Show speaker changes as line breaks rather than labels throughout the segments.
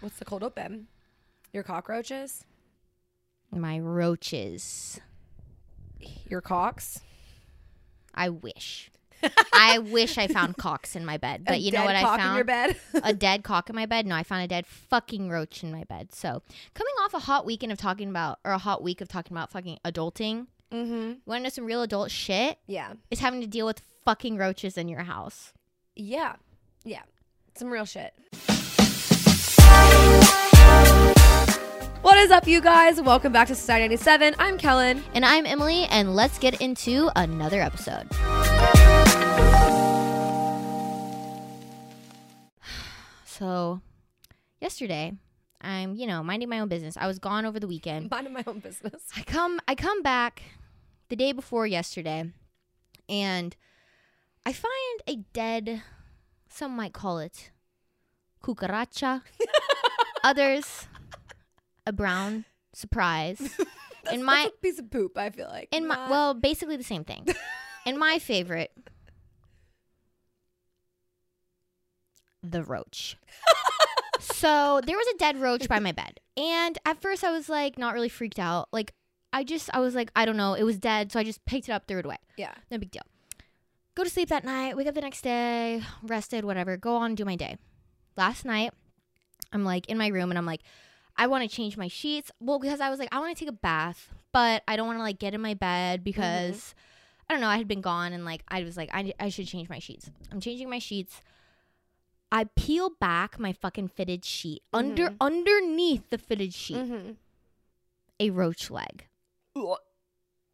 What's the cold open? Your cockroaches?
My roaches.
Your cocks?
I wish. I wish I found cocks in my bed.
A
But you know
dead
what I
cock
found?
in your bed?
a dead cock in my bed. No, I found a dead fucking roach in my bed. So, coming off a hot weekend of talking about, or a hot week of talking about fucking adulting,
mm-hmm.
you want to know some real adult shit?
Yeah.
Is having to deal with fucking roaches in your house.
Yeah. Yeah. Some real shit. What is up, you guys? Welcome back to Society 97. I'm Kellen.
And I'm Emily, and let's get into another episode. So, yesterday, I'm, you know, minding my own business. I was gone over the weekend.
Minding my own business.
I come I come back the day before yesterday and I find a dead some might call it cucaracha others a brown surprise in my
That's a piece of poop, I feel like.
in my
Not-
well basically the same thing in my favorite the roach so there was a dead roach by my bed and at first i was like not really freaked out like i just i was like i don't know it was dead so i just picked it up threw it away
yeah.
no big deal go to sleep that night wake up the next day rested whatever go on do my day last night i'm like in my room and i'm like i want to change my sheets well because i was like i want to take a bath but i don't want to like get in my bed because i don't know i had been gone and like i was like I, I should change my sheets i'm changing my sheets i peel back my fucking fitted sheet under
Mhm.
underneath the fitted sheet
Mm-hmm.
a roach leg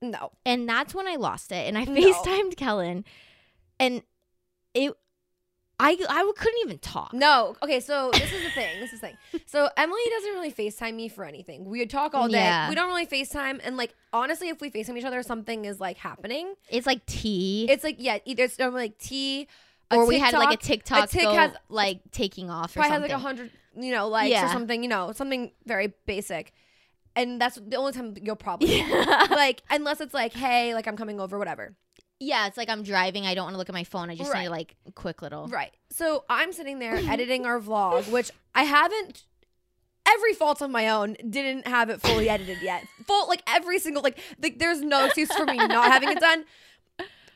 No.
and that's when I lost it. And I
No.
FaceTimed Kellen, and it, I I couldn't even talk.
No. Okay, so this is the thing. This is the thing. So Emily doesn't really FaceTime me for anything. We would talk all day.
Yeah.
We don't really FaceTime. And like honestly, if we FaceTime each other, something is like happening.
It's like tea,
It's like, yeah, either it's normally like tea. a
or we had like a
TikTok.
TikTok
tick
go,
has-
like taking off or
probably has
something.
like a hundred, you know, likes
Yeah.
or something, you know, something very basic. And that's the only time you'll probably
yeah.
like, unless it's like, hey, like I'm coming over, whatever.
yeah, it's like I'm driving. I don't want to look at my phone. I just need
Right.
like a quick little.
Right. So I'm sitting there editing our vlog, which I haven't. Every fault of my own didn't have it fully edited yet. Full like every single like like there's no excuse for me not having it done.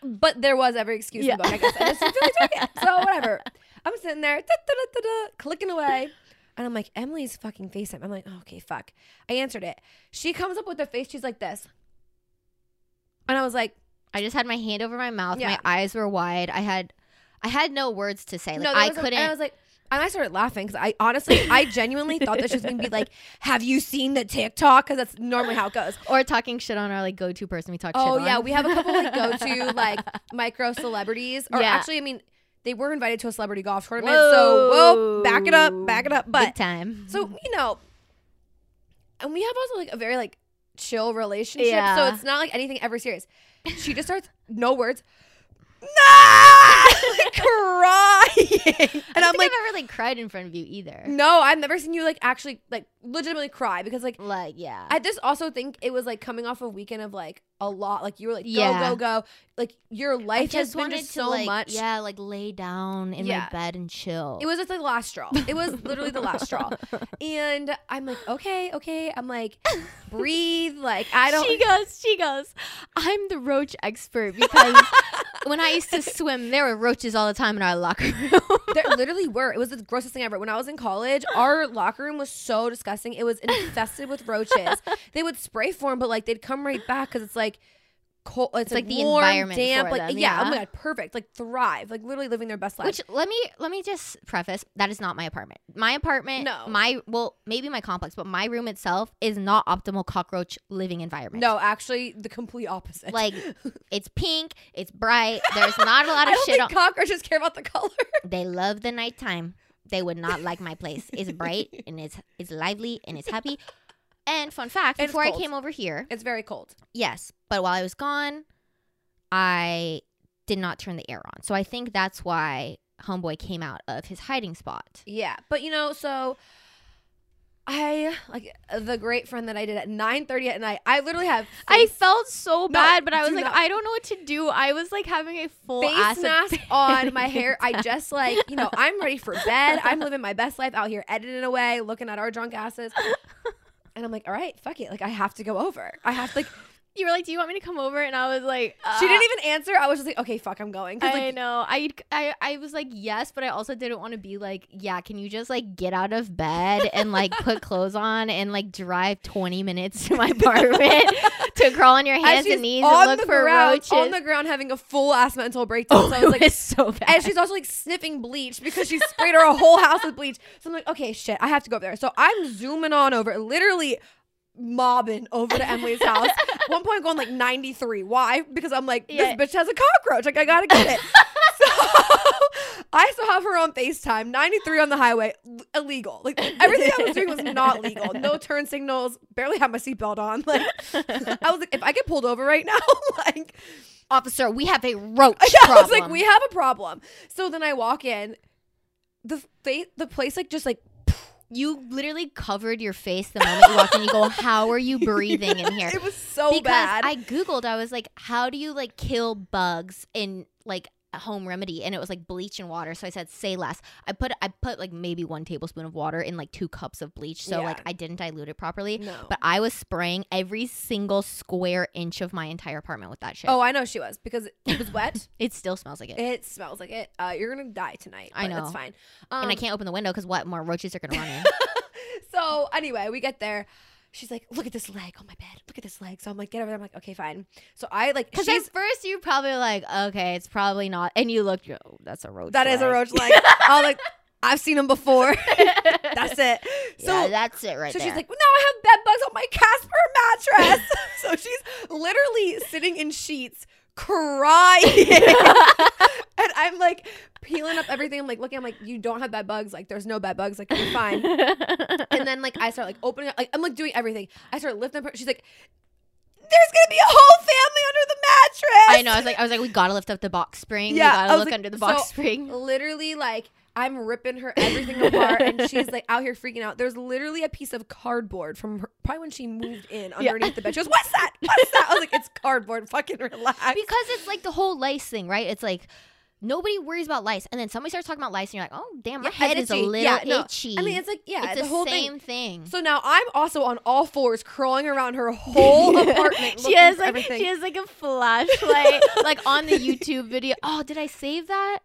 But there was every excuse
Yeah.
in the book, I guess. I just took it. So whatever. I'm sitting there da-da-da-da-da, clicking away. And I'm like, Emily's fucking FaceTime. I'm like, oh, okay, fuck. I answered it. She comes up with a face. She's like this. And I was like,
I just had my hand over my mouth.
Yeah.
My eyes were wide. I had, I had no words to say. Like
no, there
I
was a- and I
couldn't.
was like, and I started laughing because I honestly, I genuinely thought that she was going to be like, "Have you seen the TikTok?" Because that's normally how it goes.
or talking shit on our like go-to person we talk shit
Oh
on.
yeah, we have a couple like go-to like micro celebrities, or
Yeah.
actually, I mean, they were invited to a celebrity golf tournament. So whoa, back it up, back it up.
big
But
time.
so you know, and we have also like a very like chill relationship.
Yeah.
So it's not like anything ever serious. She just starts no words. No, crying, and
I
I'm
don't think
like,
I've ever like cried in front of you either.
No, I've never seen you like actually like legitimately cry because like
Like, yeah.
I just also think it was like coming off a weekend of like a lot like you were like go
Yeah.
go go like your life has been just so
like,
much.
Yeah, like lay down in
Yeah.
my bed and chill.
It was just the last straw. It was literally the last straw. And I'm like, okay, okay. I'm like, breathe. Like I don't.
She goes. She goes. I'm the roach expert because when I used to swim, there were roaches all the time in our locker room.
there literally were. It was the grossest thing ever. When I was in college, our locker room was so disgusting. It was infested with roaches. They would spray form, but like they'd come right back because it's like cold. It's,
like, the
warm,
environment
damp.
for
like
them,
yeah, oh
yeah.
my god, perfect. Like thrive. Like literally living their best life.
Which let me let me just preface that is not my apartment. My apartment,
No.
my well, maybe my complex, but my room itself is not optimal cockroach living environment.
no, actually, the complete opposite.
like it's pink, it's bright. There's not a lot
I
of
don't
shit.
think
on-
cockroaches care about the color.
They love the nighttime. They would not like my place. It's bright and it's it's lively and it's happy. And fun fact,
And it's
before I
cold.
came over here,
it's very cold.
yes, but while I was gone, I did not turn the air on. So I think that's why homeboy came out of his hiding spot.
Yeah, but you know, so I like the great friend that I did at 9:30 at night. I literally have
I
face,
felt so bad, but I
do
was like,
not-
I don't know what to do. I was like having a full ass
face
of
mask on my
panic
hair. I just like you know I'm ready for bed. I'm living my best life out here, editing away, looking at our drunk asses. And I'm like, all right, fuck it. Like I have to go over. I have to. Like
You were like, "Do you want me to come over?" And I was like,
she
"Uh,
didn't even answer. I was just like, okay, fuck, I'm going. 'Cause,
I
like,
know. I, I I was like yes, but I also didn't want to be like yeah. Can you just like get out of bed and like put clothes on and like drive twenty minutes to my apartment to crawl on your
as
hands
she's
and knees
on
and
the
look for
ground,
roaches.
on the ground having a full ass mental breakdown.
oh,
so I was like,
it was so bad.
And she's also like sniffing bleach because she sprayed her whole house with bleach. So I'm like, okay, shit, I have to go up there. So I'm zooming on over, literally mobbing over to Emily's house. At one point, going like 93. Why? Because I'm like, this
Yeah.
bitch has a cockroach. Like, I gotta get it. so I still have her on FaceTime, 93 on the highway, l- illegal. Like, everything I was doing was not legal. No turn signals, barely had my seatbelt on. Like, I was like, if I get pulled over right now, like,
Officer, we have a roach
yeah, I was like,
problem.
we have a problem. So then I walk in, the fa- the place like just like
you literally covered your face the moment you walked in. You go, how are you breathing in here?
it was so
because
bad.
I googled, I was like, how do you like kill bugs in like a home remedy? And it was like bleach and water. So I said, say less. I put I put like maybe one tablespoon of water in like two cups of bleach. So
Yeah.
like I didn't dilute it properly.
no.
But I was spraying every single square inch of my entire apartment with that shit.
oh, I know she was because it was wet.
It still smells like it.
it smells like it. Uh, you're gonna die tonight.
I
but
know.
That's fine. Um,
and I can't open the window because what more roaches are gonna run in.
So anyway, we get there. She's like, look at this leg on my bed. Look at this leg. So I'm like, get over there. I'm like, okay, fine. So I like,
Because
she's
at first you probably like, okay, it's probably not, and you looked, oh, that's a roach.
that is a
leg."
roach leg. I was like, I've seen him before. that's it. So
yeah, that's it right
so
there.
she's like, well, now I have bed bugs on my Casper mattress. so she's literally sitting in sheets crying. and I'm like peeling up everything. I'm like looking, I'm like, you don't have bed bugs. Like, there's no bed bugs. Like, you're fine. and then like I start like opening up, like I'm like doing everything. I start lifting up her. She's like, there's gonna be a whole family under the mattress.
I know. I was like, I was like, we gotta lift up the box spring.
Yeah,
we
I
gotta
was
look
like,
under the box
so-
spring.
literally like I'm ripping her everything apart, and she's like out here freaking out. There's literally a piece of cardboard from her, probably when she moved in
Yeah.
underneath the bed. She goes, "What's that? What's that?" I was like, "It's cardboard. Fucking relax."
Because it's like the whole lice thing, right? It's like nobody worries about lice, and then somebody starts talking about lice, and you're like, oh damn, my
Yeah,
head
it's
is a
itchy.
little
Yeah, no.
itchy.
I mean, it's like yeah,
it's
the whole thing.
same thing.
So now I'm also on all fours, crawling around her whole apartment.
she has
for
like
everything.
she has like a flashlight, like on the YouTube video. Oh, did I save that?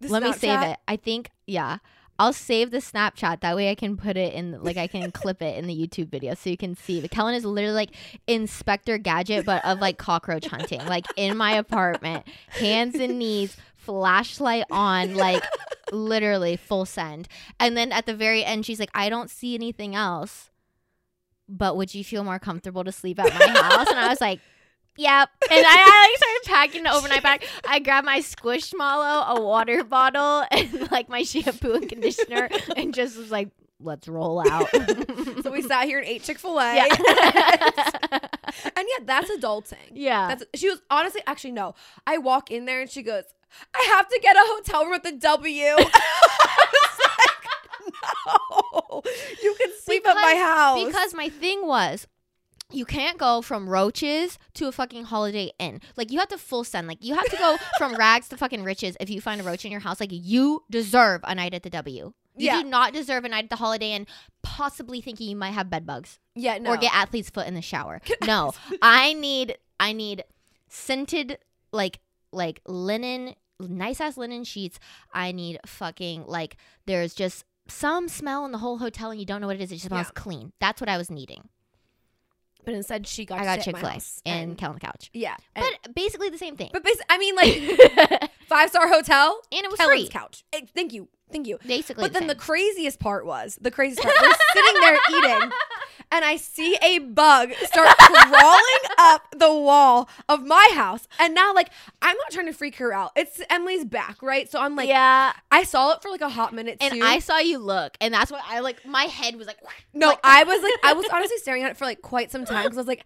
The
Let me save
Snapchat.
it. I think yeah. I'll save the Snapchat. That way I can put it in, like, I can clip it in the YouTube video so you can see. But Kellen is literally like Inspector Gadget, but of like cockroach hunting, like in my apartment, hands and knees, flashlight on, like literally full send. And then at the very end, she's like, I don't see anything else, but would you feel more comfortable to sleep at my house? And I was like, Yep. And I, I like started packing the overnight bag. I grabbed my squishmallow, a water bottle, and like my shampoo and conditioner and just was like, let's roll out.
So we sat here and ate Chick Fil A,
yeah.
and yeah, that's adulting.
yeah.
That's she was honestly actually no. I walk in there and she goes, "I have to get a hotel room at the W." I was like, "No, you can sleep at my
Because-
house."
Because my thing was, you can't go from roaches to a fucking holiday inn. Like you have to full send. Like you have to go from rags to fucking riches if you find a roach in your house. Like you deserve a night at the W. You
Yeah.
do not deserve a night at the holiday inn, possibly thinking you might have bed bugs
yeah, no.
or get athlete's foot in the shower. No. I need I need scented like like linen nice ass linen sheets. I need fucking like there's just some smell in the whole hotel and you don't know what it is. It just smells clean. That's what I was needing.
but instead she got
I got
Chick Fil A
and Kel on the couch.
yeah, and-
But basically the same thing.
but basically, I mean like
and
five star hotel,
it was
Helen's
free.
couch. Eh, thank you, thank you.
Basically.
But then the
same.
craziest part was the craziest part. We're sitting there eating, and I see a bug start crawling up the wall of my house. And now, like, I'm not trying to freak her out. It's Emily's back, right? So I'm like,
yeah.
I saw it for like a hot minute
And
too.
I saw you look, and that's why I like my head was like.
No,
like-
I was like, I was honestly staring at it for like quite some time because I was like,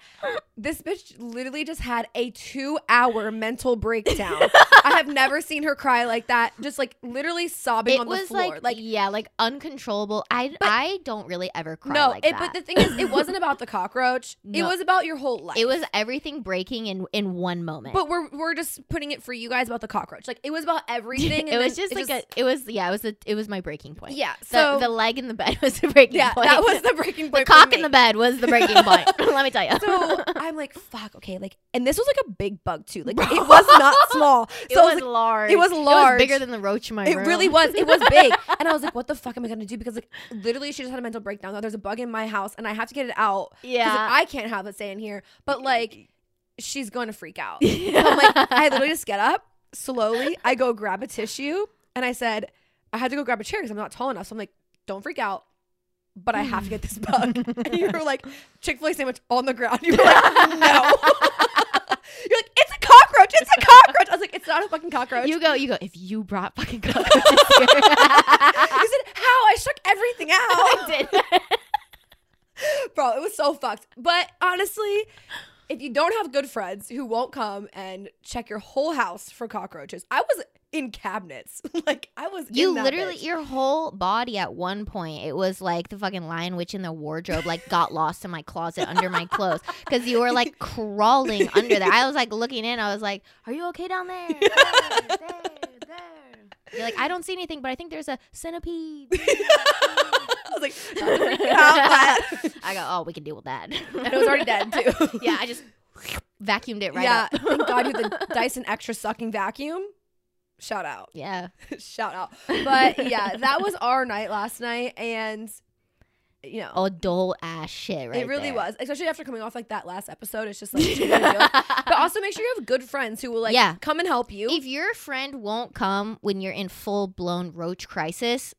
this bitch literally just had a two hour mental breakdown. I have never seen her cry like that, just like literally sobbing
It
on the
was
floor.
like, yeah, like uncontrollable. I I don't really ever cry
no,
like
it,
that.
but the thing is, it wasn't about the cockroach. It
No.
was about your whole life.
it was everything breaking in in one moment.
but we're we're just putting it for you guys about the cockroach. Like it was about everything.
it was just like a. It was yeah. It was a, It was my breaking point.
yeah.
The,
So
the leg in the bed was the breaking
yeah,
point.
that was the breaking
the
point. for
cock in
me.
the bed was the breaking point. Let me tell you.
So I'm like, fuck, okay, like, and this was like a big bug too. Like it was not small. So
it
I
was
like,
large.
it was large.
bigger than the roach in my
It
room.
really was. It was big. And I was like, what the fuck am I going to do? Because, like, literally, she just had a mental breakdown. Now there's a bug in my house and I have to get it out. 'Cause, like,
yeah.
I can't have it stay in here. But, like, she's going to freak out.
I,
I'm like, I literally just get up slowly. I go grab a tissue and I said, I had to go grab a chair because I'm not tall enough. So I'm like, don't freak out, but I have to get this bug. and you were like, Chick fil A sandwich on the ground. You were like, no. You're like, it's a cockroach. It's a cockroach. I was like, it's not a fucking cockroach.
you go. You go. If you brought fucking cockroaches here,
you said, how? I shook everything out.
I did.
Bro, it was so fucked. But honestly, if you don't have good friends who won't come and check your whole house for cockroaches, I was in cabinets. like I was. in
You
that
literally,
bitch.
your whole body at one point, it was like the fucking lion witch in the wardrobe, like got lost in my closet under my clothes because you were like crawling under there. I was like looking in, I was like, Are you okay down there? there, there, there." You're like, I don't see anything, but I think there's a centipede.
I was like, not to freak you out, but
I go, Oh, we can deal with that.
and it was already dead too.
Yeah, I just vacuumed it right
yeah.
up.
thank God you had the Dyson extra sucking vacuum. Shout out.
yeah.
Shout out. But yeah, that was our night last night, and you know.
All dull ass shit, right?
it really
there.
was, especially after coming off like that last episode. It's just like, what you gonna do? but also make sure you have good friends who will like
Uh-uh. Yeah.
come and help you.
if your friend won't come when you're in full blown roach crisis,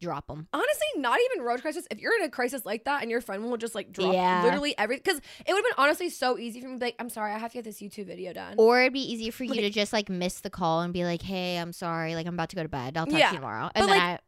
drop them.
Honestly, not even road crisis. If you're in a crisis like that and your friend will just like drop
Yeah.
literally everything, because it would have been honestly so easy for me to be like, I'm sorry, I have to get this YouTube video done.
Or it'd be easier for you
Like-
to just like miss the call and be like, "Hey, I'm sorry. Like, I'm about to go to bed. I'll talk
Yeah.
to you tomorrow."
But,
And then I,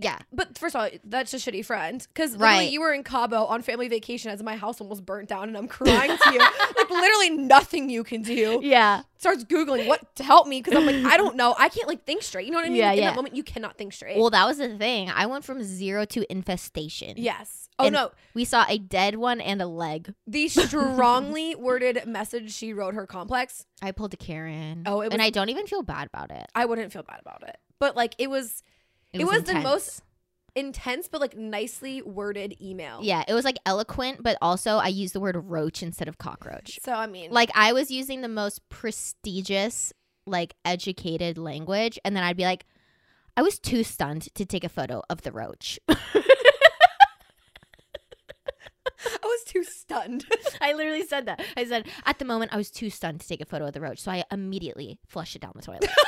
yeah,
but first of all, that's a shitty friend. Because
Right.
you were in Cabo on family vacation as my house almost burnt down and I'm crying to you. like literally nothing you can do.
yeah,
Starts Googling what to help me because I'm like, I don't know. I can't like think straight. You know what I mean?
Yeah,
Like, In
yeah.
that moment, you cannot think straight.
Well, that was the thing. I went from zero to infestation.
yes. Oh
And-
no.
we saw a dead one and a leg.
The strongly worded message she wrote her complex.
I pulled a Karen.
Oh, it was-
and I don't even feel bad about it.
I wouldn't feel bad about it. But like it was It was the most- intense but like nicely worded email.
Yeah, it was like eloquent, but also I used the word roach instead of cockroach.
So I mean,
like I was using the most prestigious, like educated language, and then I'd be like, I was too stunned to take a photo of the roach.
I was too stunned.
I literally said that. I said, at the moment, I was too stunned to take a photo of the roach, so I immediately flushed it down the toilet.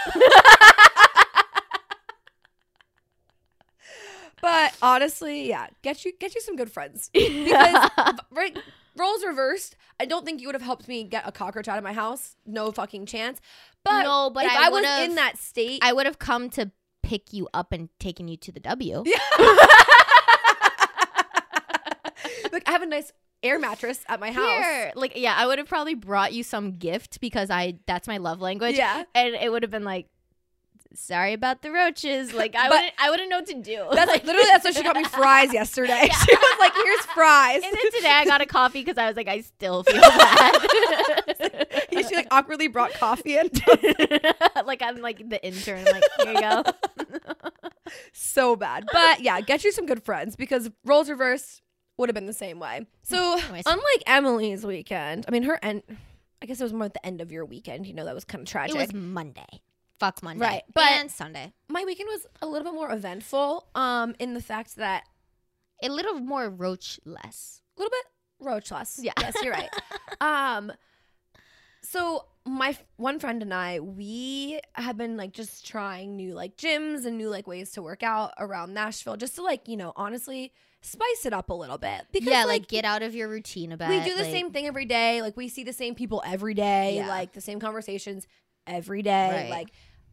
but honestly, yeah, get you get you some good friends.
because
Right, roles reversed. I don't think you would have helped me get a cockroach out of my house. No fucking chance. But
no, but
if
I,
I, was
would've-
in that state,
I would have come to pick you up and taken you to the W.
like I have a nice air mattress at my house.
Here. like yeah, I would have probably brought you some gift because I that's my love language.
yeah,
and it would have been like sorry about the roaches like i
But-
wouldn't i wouldn't know what to do
that's like, literally that's why she got me fries yesterday. She was like, "Here's fries."
and then today i got a coffee because i was like i still feel bad
she like awkwardly brought coffee in.
like i'm like the intern like here you go
so bad. But yeah, get you some good friends because roles reversed would have been the same way. So
Anyways.
unlike Emily's weekend, I mean her end. I guess it was more at the end of your weekend. You know that was kind of
it
tragic.
was monday fuck monday
Right, but-
and sunday
My weekend was a little bit more eventful. Um, in the fact that
a little more roach less
a little bit roachless.
Yeah.
Yes, you're right. um, So my f- one friend and I, we have been like just trying new like gyms and new like ways to work out around Nashville, just to like you know honestly spice it up a little bit. Because
yeah, like, get out of your routine about.
we do the
like-
same thing every day. Like we see the same people every day.
Yeah.
Like the same conversations every day.
Right.
Like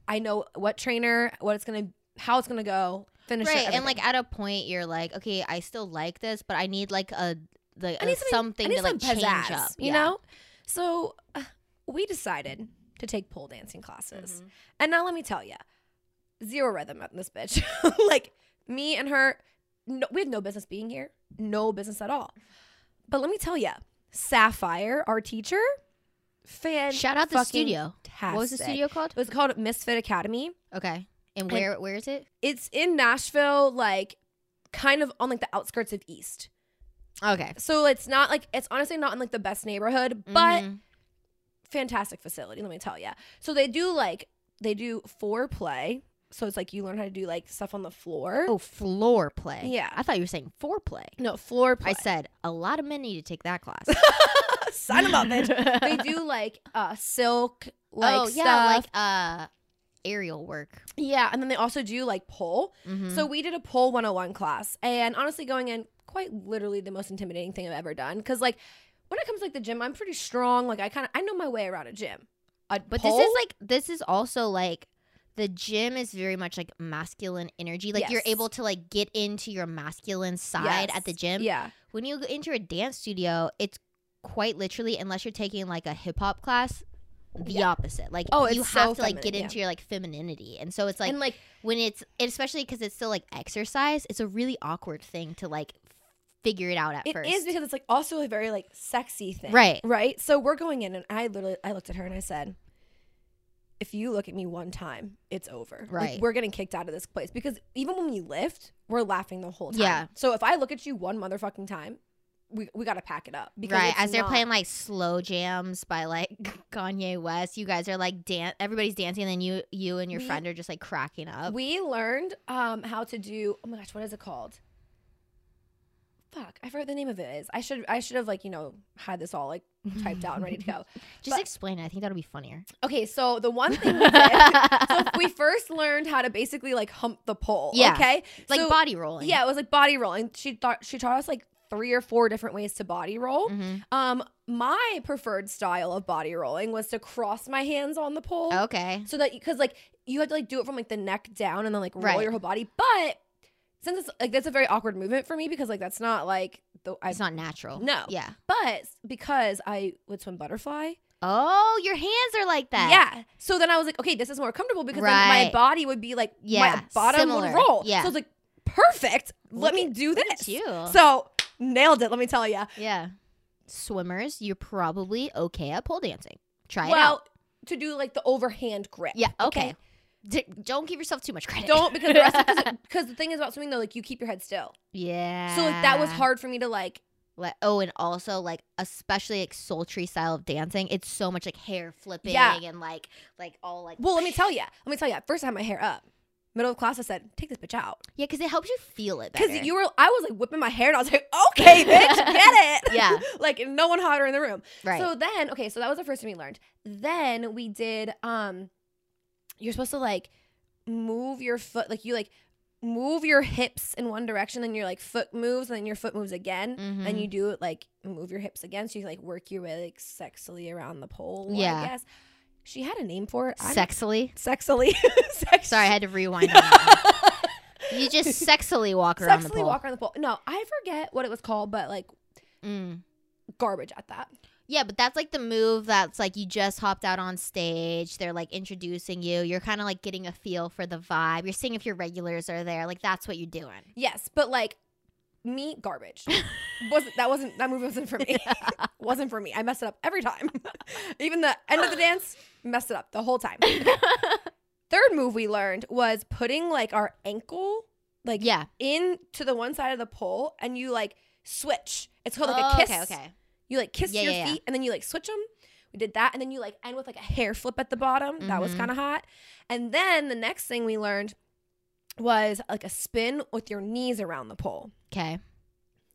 I know what trainer, what it's gonna, how it's gonna go. Finish
right, and like at a point you're like, okay, I still like this, but I need like a like
I
a
need
something,
I need
to like
some
change
pizzazz,
up,
you
Yeah.
know. So uh, we decided to take pole dancing classes.
Mm-hmm.
And now let me tell you, zero rhythm in this bitch. like me and her, no, we had no business being here, no business at all. But let me tell you, Sapphire, our teacher, fan.
Shout out the studio. What was the studio called?
It was called Misfit Academy.
Okay, and where where is it?
It's in Nashville, like kind of on like the outskirts of East.
Okay,
So it's not like it's honestly not in like the best neighborhood, but
Mhm.
fantastic facility, let me tell you. So they do like they do foreplay. So it's like you learn how to do like stuff on the floor.
oh, floor play.
Yeah.
I thought you were saying foreplay.
No, floor play.
I said a lot of men need to take that class.
Sign them up, bitch. they do like uh silk, like
oh
stuff.
yeah, like uh, aerial work.
yeah, and then they also do like pole.
Mhm.
So we did a pole 101 class, and honestly, going in quite literally the most intimidating thing I've ever done. Because like when it comes to, like the gym, I'm pretty strong. Like I kind of I know my way around a gym. A
But
pole?
this is like this is also like the gym is very much like masculine energy. Like you're
Yes.
able to like get into your masculine side
Yes.
at the gym.
Yeah,
When you go into a dance studio, it's quite literally unless you're taking like a hip hop class, the
Yeah.
opposite. Like
Oh,
you
it's
have
so
to like get
feminine, yeah.
into your like femininity. And so it's like
and like
when it's especially cuz it's still like exercise, it's a really awkward thing to like figure it out at
It is
first.
because it's like also a very like sexy thing.
Right.
Right. So we're going in and I literally I looked at her and I said, If you look at me one time, it's over. Like,
Right.
we're getting kicked out of this place. Because even when we lift, we're laughing the whole time.
Yeah.
So if I look at you one motherfucking time, we, we gotta pack it up. Because
right,
it's
as they're
not-
playing like slow jams by like Kanye West, you guys are like dance. Everybody's dancing, and then you, you and your
We-
friend are just like cracking up.
We learned um how to do oh my gosh, what is it called? Fuck, I forgot what the name of it is. I should I should have like, you know, had this all like typed out and ready to go.
just
but-
explain it. I think that'll be funnier.
Okay, so the one thing we did so we first learned how to basically like hump the pole.
Yeah.
Okay.
like
So-
body rolling.
Yeah, it was like body rolling. She thought she taught us like three or four different ways to body roll.
Mhm.
Um, my preferred style of body rolling was to cross my hands on the pole.
Okay.
So that because like you had to like do it from like the neck down and then like roll
Right.
your whole body. But since it's like that's a very awkward movement for me because like that's not like the I
It's not natural.
No.
Yeah.
but because I would swim butterfly.
Oh, your hands are like that.
Yeah. So then I was like, okay, this is more comfortable because then my
Right.
body would be like,
Yeah,
my bottom
similar.
would roll.
Yeah.
So I was like, perfect.
Look
Let me
at-
do
Look at
this.
you.
So nailed it. Let me tell you.
yeah. Swimmers, you're probably okay at pole dancing. Try it out.
Well, to do like the overhand grip.
Yeah. Okay. D- don't give yourself too much credit.
Don't because the rest because the thing is about swimming though, like you keep your head still.
yeah.
So like
Ah.
that was hard for me to like.
Like, oh, and also like especially like sultry style of dancing, it's so much like hair flipping
Yeah.
and like like all like
Well, let me tell you. Let me tell you. First, I had my hair up. Middle of class, I said, "Take this bitch out,"
yeah, because it helps you feel it
because
better.
you were. I was like whipping my hair, and I was like, "Okay, bitch, get it."
Yeah.
like no one hotter in the room.
right
So then, okay, so that was the first thing we learned. Then we did um you're supposed to like move your foot like you like move your hips in one direction and your like foot moves and then your foot moves again and
Mhm.
you do it like move your hips again so you like work your way like sexily around the pole
Yeah.
I guess. She had a name for it. I'm-
sexily.
sexily. Sex-
Sorry, I had to rewind. on that one. You just sexily walk around the
Sexily
pole.
walk around the pole. No, I forget what it was called, but like
Mm.
garbage at that.
Yeah, but that's like the move that's like you just hopped out on stage. They're like introducing you. You're kind of like getting a feel for the vibe. You're seeing if your regulars are there. Like that's what you're doing.
Yes, but like me, garbage. wasn't that wasn't that movie wasn't for me. wasn't for me. I messed it up every time. Even the end of the dance, messed it up the whole time. Third move we learned was putting like our ankle like
Yeah.
into the one side of the pole and you like switch. It's called like
Oh,
a kiss.
Okay. Okay.
You like kiss
Yeah,
your
yeah, yeah.
feet and then you like switch them. We did that and then you like end with like a hair flip at the bottom. That was
Mhm.
kind of hot. And then the next thing we learned was like a spin with your knees around the pole.
Okay.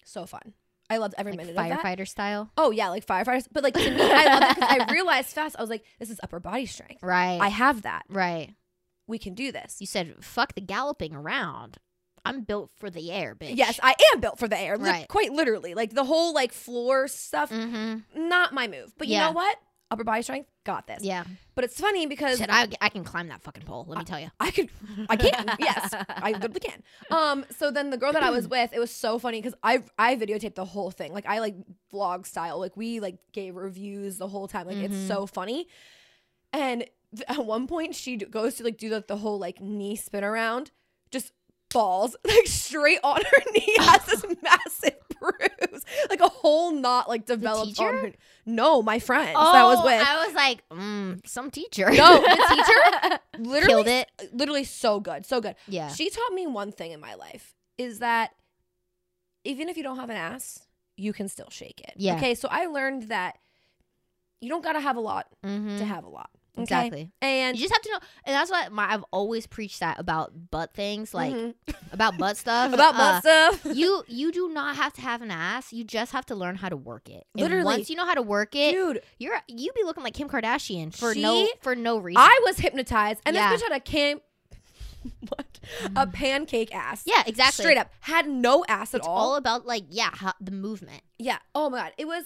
So fun. I loved every
like
minute of that.
firefighter style.
Oh yeah, like firefighters. But like to me, I love that 'cause I realized fast. I was like, this is upper body strength.
Right.
I have that.
right.
We can do this.
You said fuck the galloping around. I'm built for the air, bitch.
Yes, I am built for the air. Li-
Right.
quite literally, like the whole like floor stuff.
Mm-hmm.
Not my move. But you
Yeah.
know what? Upper body strength got this.
Yeah.
But it's funny because
Said I, I can climb that fucking pole. Let
Uh,
me tell you.
I could, I can. yes, I literally can. Um. So then the girl that I was with, it was so funny because I I videotaped the whole thing. Like I like vlog style. Like we like gave reviews the whole time. Like it's
Mhm.
so funny. And th- at one point, she d- goes to like do like the whole like knee spin around, just falls like straight on her knee, has this massive bruise, like a whole knot like developed on
teacher?
her. No, my friends that I was with.
Oh, I was like, mm, some teacher.
No, the teacher literally
killed it.
literally so good, so good.
Yeah.
She taught me one thing in my life is that even if you don't have an ass, you can still shake it.
Yeah.
Okay. So I learned that you don't got to have a lot
Mm-hmm.
to have a lot. Okay?
Exactly.
And
You just have to know, and that's why my, I've always preached that about butt things, like
Mhm.
about butt stuff.
about
Uh,
butt stuff.
you you do not have to have an ass. You just have to learn how to work it. And
Literally.
once you know how to work it,
Dude,
you're you be looking like Kim Kardashian for no
She-
for no reason.
I was hypnotized, and
Yeah. Mm-hmm.
this bitch had a cam, what, a pancake ass.
yeah, exactly.
Straight up, had no ass at
It's all about like yeah, how, the movement.
Yeah. Oh my god. It was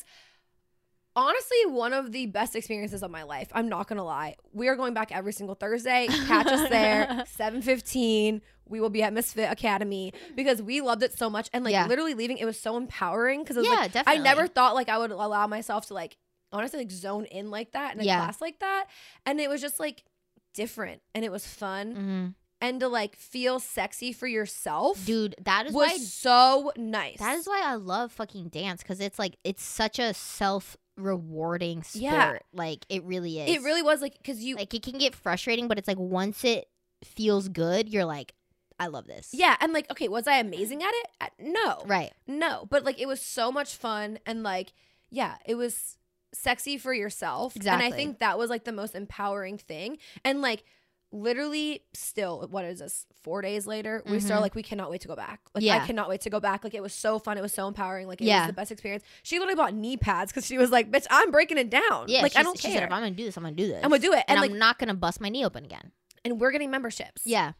honestly one of the best experiences of my life. I'm not gonna lie. We are going back every single Thursday. Catch us there, 7:15. We will be at Misfit Academy because we loved it so much. And like
Yeah.
literally leaving, it was so empowering because it was
yeah,
like
definitely.
I never thought like I would allow myself to like honestly like zone in like that in a
Yeah.
class like that. And it was just like different and it was fun.
Mhm.
And to like feel sexy for yourself
dude. That is
was
why
so nice.
that is why I love fucking dance because it's like it's such a self rewarding sport.
Yeah.
Like it really is.
it really was like because you
like it can get frustrating, but it's like once it feels good, you're like, I love this.
Yeah, and like, okay, was I amazing at it? Uh, No,
Right.
no, but like, it was so much fun, and like, yeah, it was sexy for yourself, and
Exactly.
I think that was like the most empowering thing, and like, literally, still, what is this? Four days later, we
Mhm.
start like, we cannot wait to go back. Like,
Yeah.
I cannot wait to go back. Like, it was so fun, it was so empowering. Like, it
Yeah.
was the best experience. She literally bought knee pads because she was like, bitch, I'm breaking it down.
Yeah.
Uh, like, I
she's-
don't
she
care.
said, if I'm gonna do this, I'm gonna do this.
I'm gonna do it,
and,
and, like,
I'm not gonna bust my knee open again.
and we're getting memberships.
Yeah.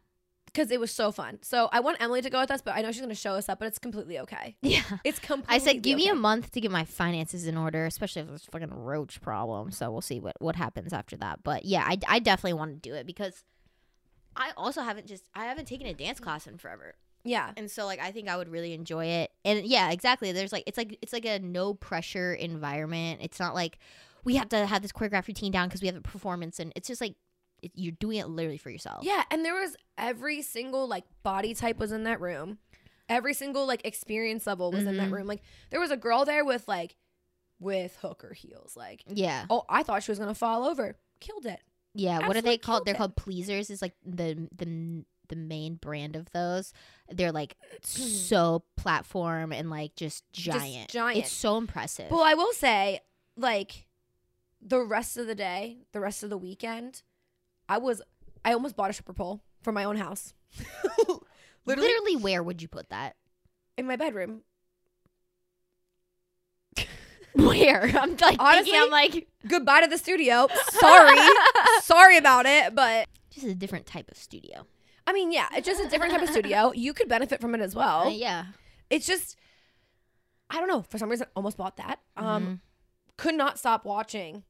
because it was so fun. So I want Emily to go with us, but I know she's gonna show us up, but it's completely okay.
Yeah.
It's completely.
I said, give me a
okay."
month to get my finances in order, especially if it's fucking roach problem. So we'll see what, what happens after that. But yeah, I, I definitely want to do it because I also haven't just, I haven't taken a dance class in forever.
Yeah,
And so like, I think I would really enjoy it. And yeah, exactly. There's like, it's like, it's like a no pressure environment. It's not like we have to have this choreograph routine down because we have a performance and it's just like, it, you're doing it literally for yourself.
yeah. And there was every single like body type was in that room. Every single like experience level was in that
Mhm.
room. Like there was a girl there with like with hooker heels. Like
Yeah.
oh, I thought she was gonna fall over. Killed it.
Yeah, what are
Absolutely
they called? They're
killed it.
called pleasers. Is like the the the main brand of those. They're like so platform and like just giant.
giant.
It's so impressive.
Well, I will say like the rest of the day, the rest of the weekend, I was I almost bought a stripper pole for my own house.
literally,
literally
where would you put that?
in my bedroom.
Where? I'm like honestly,
Honestly-
I'm like
Goodbye to the studio. Sorry. Sorry about it, but
just a different type of studio.
I mean, yeah, it's just a different type of studio. You could benefit from it as
Uh,
well.
yeah.
It's just, I don't know. For some reason, almost bought that. Um,
Mm-hmm.
could not stop watching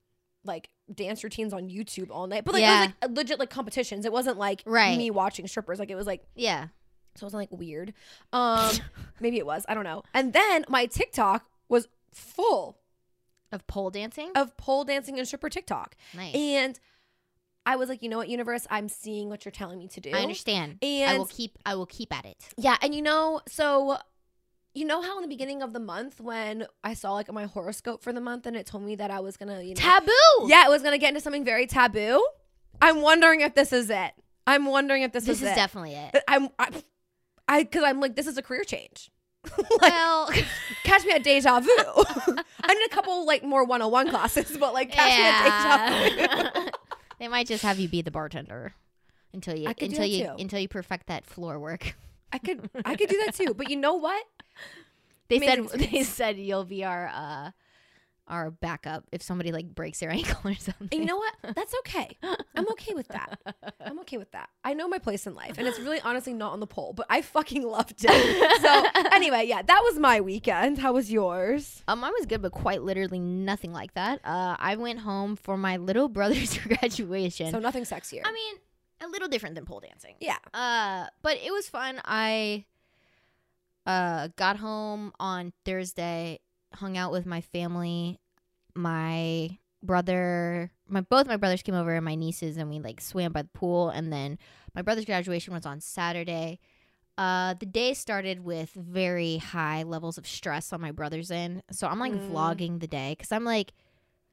like dance routines on YouTube all night. But like it was
Yeah.
like legit like competitions. It wasn't like
Right.
me watching strippers. Like it was like
yeah.
so it wasn't like weird. Um, maybe it was. I don't know. And then my TikTok was full
Of pole dancing.
of pole dancing and stripper TikTok,
nice.
Oh, and I was like, you know what, universe, I'm seeing what you're telling me to do.
I understand. I
And
will keep. I will keep at it.
Yeah, and you know, so you know how in the beginning of the month when I saw like my horoscope for the month and it told me that I was gonna, you know,
Taboo.
yeah, it was gonna get into something very taboo. I'm wondering if this is it. I'm wondering if this,
This
is,
is
it.
definitely it.
I'm, I, I, because I'm like, this is a career change. like,
well,
catch me at deja vu. I need a couple like more 101 classes, but like, catch me at deja vu.
Yeah. they might just have you be the bartender until you
I could do
until
that
you
too.
until you perfect that floor work.
I could, I could do that too. But you know what?
They said
Amazing
they
experience.
said you'll be our uh our backup if somebody like breaks their ankle or something.
And you know what? That's okay. I'm okay with that. I'm okay with that. I know my place in life, and it's really honestly not on the poll, but I fucking loved it. So anyway, yeah, that was my weekend. How was yours?
Um, mine was good, but quite literally nothing like that. Uh, I went home for my little brother's graduation.
So nothing sexier.
I mean, a little different than pole dancing.
yeah.
Uh, but it was fun. I uh got home on Thursday, hung out with my family, my brother, my both my brothers came over and my nieces, and we like swam by the pool. And then my brother's graduation was on Saturday. Uh, the day started with very high levels of stress on my brother's end, so I'm like
Mm.
vlogging the day because I'm like,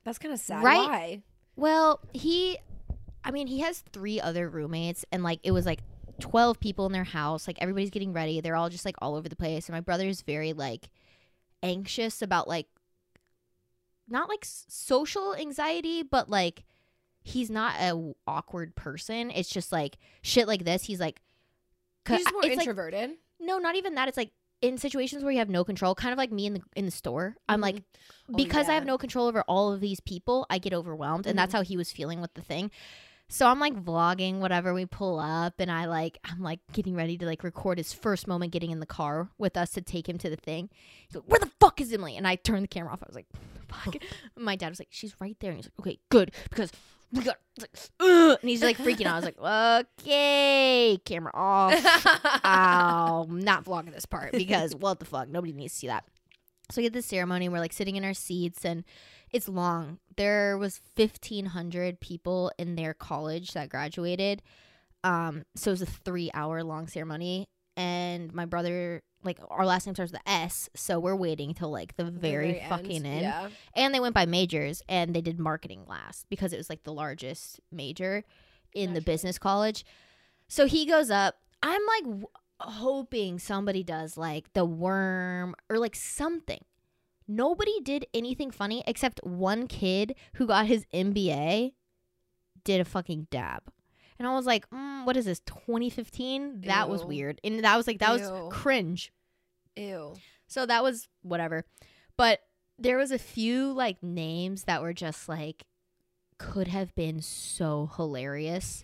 That's kind of sad.
Right?
Why?
well, he, I mean, he has three other roommates, and like it was like 12 people in their house. Like everybody's getting ready. They're all just like all over the place. And my brother's very like anxious about like, not like s- social anxiety, but like he's not a w- awkward person. It's just like shit like this. He's like,
He's
'cause
just more
it's like
introverted. Oh,
no, not even that. It's like in situations where you have no control, kind of like me in the in the store. I'm like,
Oh,
because I
yeah.
have
Mm-hmm.
no control over all of these people, I get overwhelmed, and that's how he was feeling with the thing. So I'm like vlogging whatever we pull up, and I like I'm like getting ready to like record his first moment getting in the car with us to take him to the thing. He's like, "Where the fuck is Emily?" And I turned the camera off. I was like, "Fuck!" My dad was like, "She's right there," and he's like, "Okay, good," because we got like, Ugh, and he's like freaking out. I was like, "Okay, camera off." Ow, I'm not vlogging this part because what the fuck? Nobody needs to see that. So we had this ceremony. We're like sitting in our seats, and it's long. There was fifteen hundred people in their college that graduated. Um, so it was a three-hour-long ceremony, and my brother, like our last name starts with a S, so we're waiting till like the
At the
very,
end.
fucking end.
Yeah.
And they went by majors, and they did marketing last because it was like the largest major in the
Naturally.
business college. So he goes up. I'm like w- hoping somebody does like the worm or like something. Nobody did anything funny except one kid who got his MBA did a fucking dab. And I was like, mm, what is this, 2015? That was
Ew.
weird. And that was like,
Ew.
that was cringe.
Ew.
So that was whatever. But there was a few like names that were just like could have been so hilarious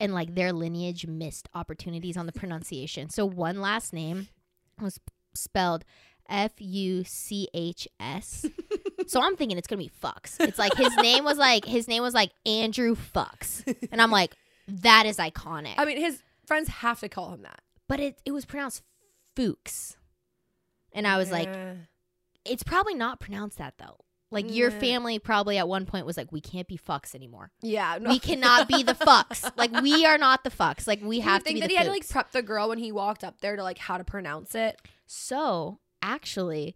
and like their lineage missed opportunities on the pronunciation. So one last name was spelled F U C H S. So I'm thinking it's gonna be Fucks. It's like his name was like his name was like Andrew Fucks. And I'm like, that is iconic.
I mean, his friends have to call him that.
but it it was pronounced Fuchs. And I was like,
Eh.
it's probably not pronounced that though. Like your
Nah.
family probably at one point was like, we can't be fucks anymore.
yeah, no.
We cannot be the fucks. Like we are not the fucks. Like we
You would
have to
think
be
that
the
he had to like
fucks.
prep the girl when he walked up there to like how to pronounce it.
So actually,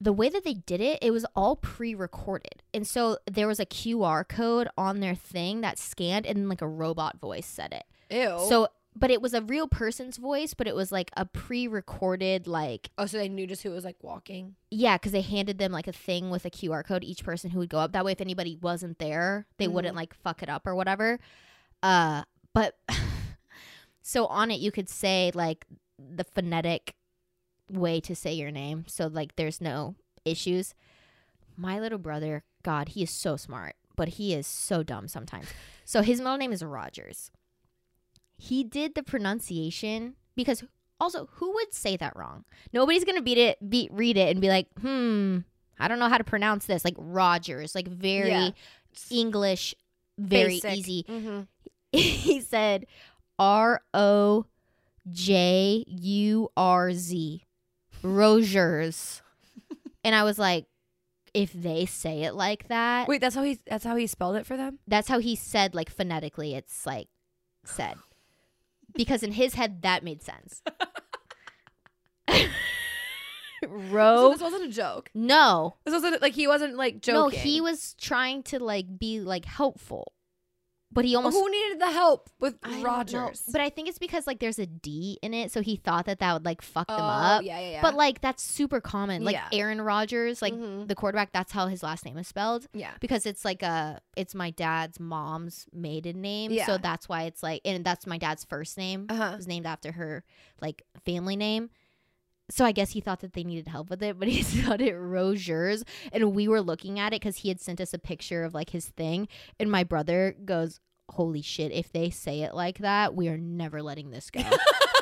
the way that they did it, it was all pre-recorded, and so there was a QR code on their thing that scanned, and like a robot voice said it.
Ew.
So, but it was a real person's voice, but it was like a pre-recorded like
oh, so they knew just who was like walking.
Yeah, because they handed them like a thing with a QR code each person who would go up. That way, if anybody wasn't there, they
Mhm.
wouldn't like fuck it up or whatever. Uh, but so on it, you could say like the phonetic way to say your name, so like there's no issues. My little brother, God, he is so smart, but he is so dumb sometimes. So his middle name is Rogers. He did the pronunciation because also who would say that wrong? Nobody's gonna beat it, beat read it and be like, hmm, I don't know how to pronounce this. Like Rogers, like very
Yeah.
English, very
Basic.
easy.
Mm-hmm.
he said R O J U R Z, Rogers, and I was like, if they say it like that,
Wait, that's how he that's how he spelled it for them.
that's how he said like phonetically it's like said because in his head that made sense
So
row
this wasn't a joke.
no
This wasn't like he wasn't like joking.
Oh. no he was trying to like be like helpful but he almost
Who needed the help with
I don't know.
Rogers?
but i think it's because like there's a d in it so he thought that that would like fuck
oh,
them up
yeah, yeah, yeah.
but like that's super common like
Yeah.
aaron Rodgers, like
Mhm.
the quarterback that's how his last name is spelled
yeah,
because it's like a it's my dad's mom's maiden name
Yeah.
so that's why it's like and that's my dad's first name
uh huh.
it was named after her like family name so I guess he thought that they needed help with it, but he thought it Rogers. And we were looking at it because he had sent us a picture of like his thing. And my brother goes, Holy shit, if they say it like that, we are never letting this go.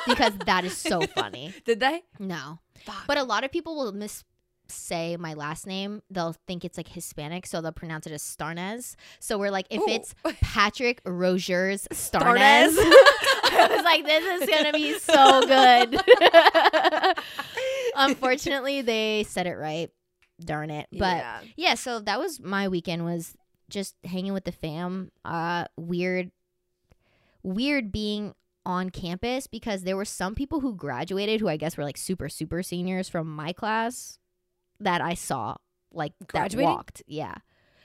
because that is so funny.
Did they?
No.
Fuck.
But a lot of people will mis say my last name. They'll think it's like Hispanic, so they'll pronounce it as Starnes. So we're like, if
Ooh.
it's Patrick Rogers Starnes,
Starnes.
I was like, this is gonna be so good. Unfortunately, they said it right. Darn it. But yeah.
Yeah.
so that was my weekend was just hanging with the fam. Uh weird weird being on campus because there were some people who graduated who I guess were like super super seniors from my class that I saw like
Graduating?
that walked. Yeah.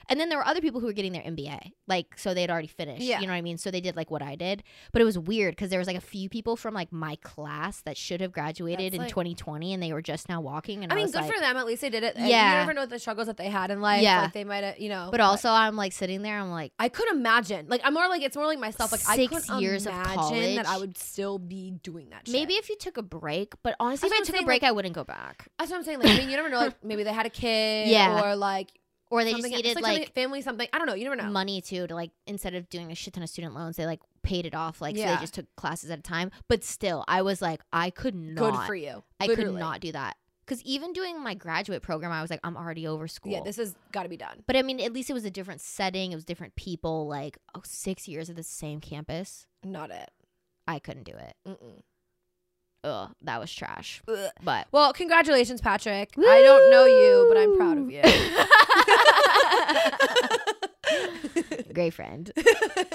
And then there were other people who were getting their MBA. Like so they'd already finished,
Yeah.
you know what I mean? So they did like what I did, but it was weird cuz there was like a few people from like my class that should have graduated
That's,
in
like-
2020 and they were just now walking and
I
I,
mean,
was
good
like
for them. At least they did it.
Yeah.
Yeah. You never know the struggles that they had in life.
Yeah.
Like they might have, you know.
But also I'm like sitting there I'm like
I could imagine. Like I'm more like it's more like myself. Like I
Six
couldn't
years of
imagine
college.
that I would still be doing that. Shit.
Maybe if you took a break, but honestly,
That's what
if I
I'm
took a
saying,
break, I wouldn't go back.
that's what I'm saying. Like I mean, you never know. Like maybe they had a kid.
Yeah.
Or like
Or they just
something-
needed
it's
like,
something- family something. I don't know. You never know.
money too to like instead of doing a shit ton of student loans, they like paid it off. Like so
Yeah.
they just took classes at a time. But still, I was like, I could not.
Good for you.
I
Literally.
could not do that because even doing my graduate program, I was like, I'm already over school.
Yeah. This has got to be done.
but I mean, at least it was a different setting. It was different people. Like oh, six years of the same campus,
Not it.
I couldn't do it.
Mm-mm.
Ugh, that was trash.
Ugh.
But
Well, congratulations, Patrick. I don't know you, but I'm proud of
Woo!
you.
great friend.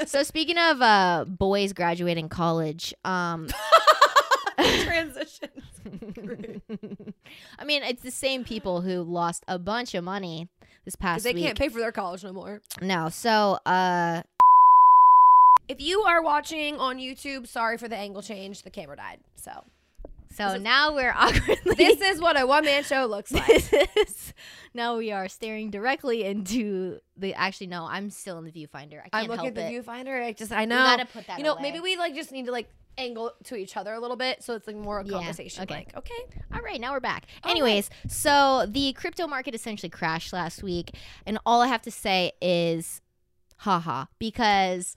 so speaking of uh, boys graduating college, um,
Transition.
I mean it's the same people who lost a bunch of money this
Because
past
they
week.
can't pay for their college no more.
no, so uh,
If you are watching on YouTube, sorry for the angle change. The camera died. So
so
This is-
now we're awkwardly.
this is what a one man show looks like.
this is now we are staring directly into the. Actually, no, I'm still in the viewfinder. I can't
I'm looking
help
at the
it.
viewfinder. I just I know.
You gotta put that.
you know,
away.
maybe we like just need to like angle to each other a little bit so it's like more a
Yeah,
conversation.
okay.
Like, okay.
All right, now we're back.
All
Anyways, so the crypto market essentially crashed last week, and all I have to say is haha because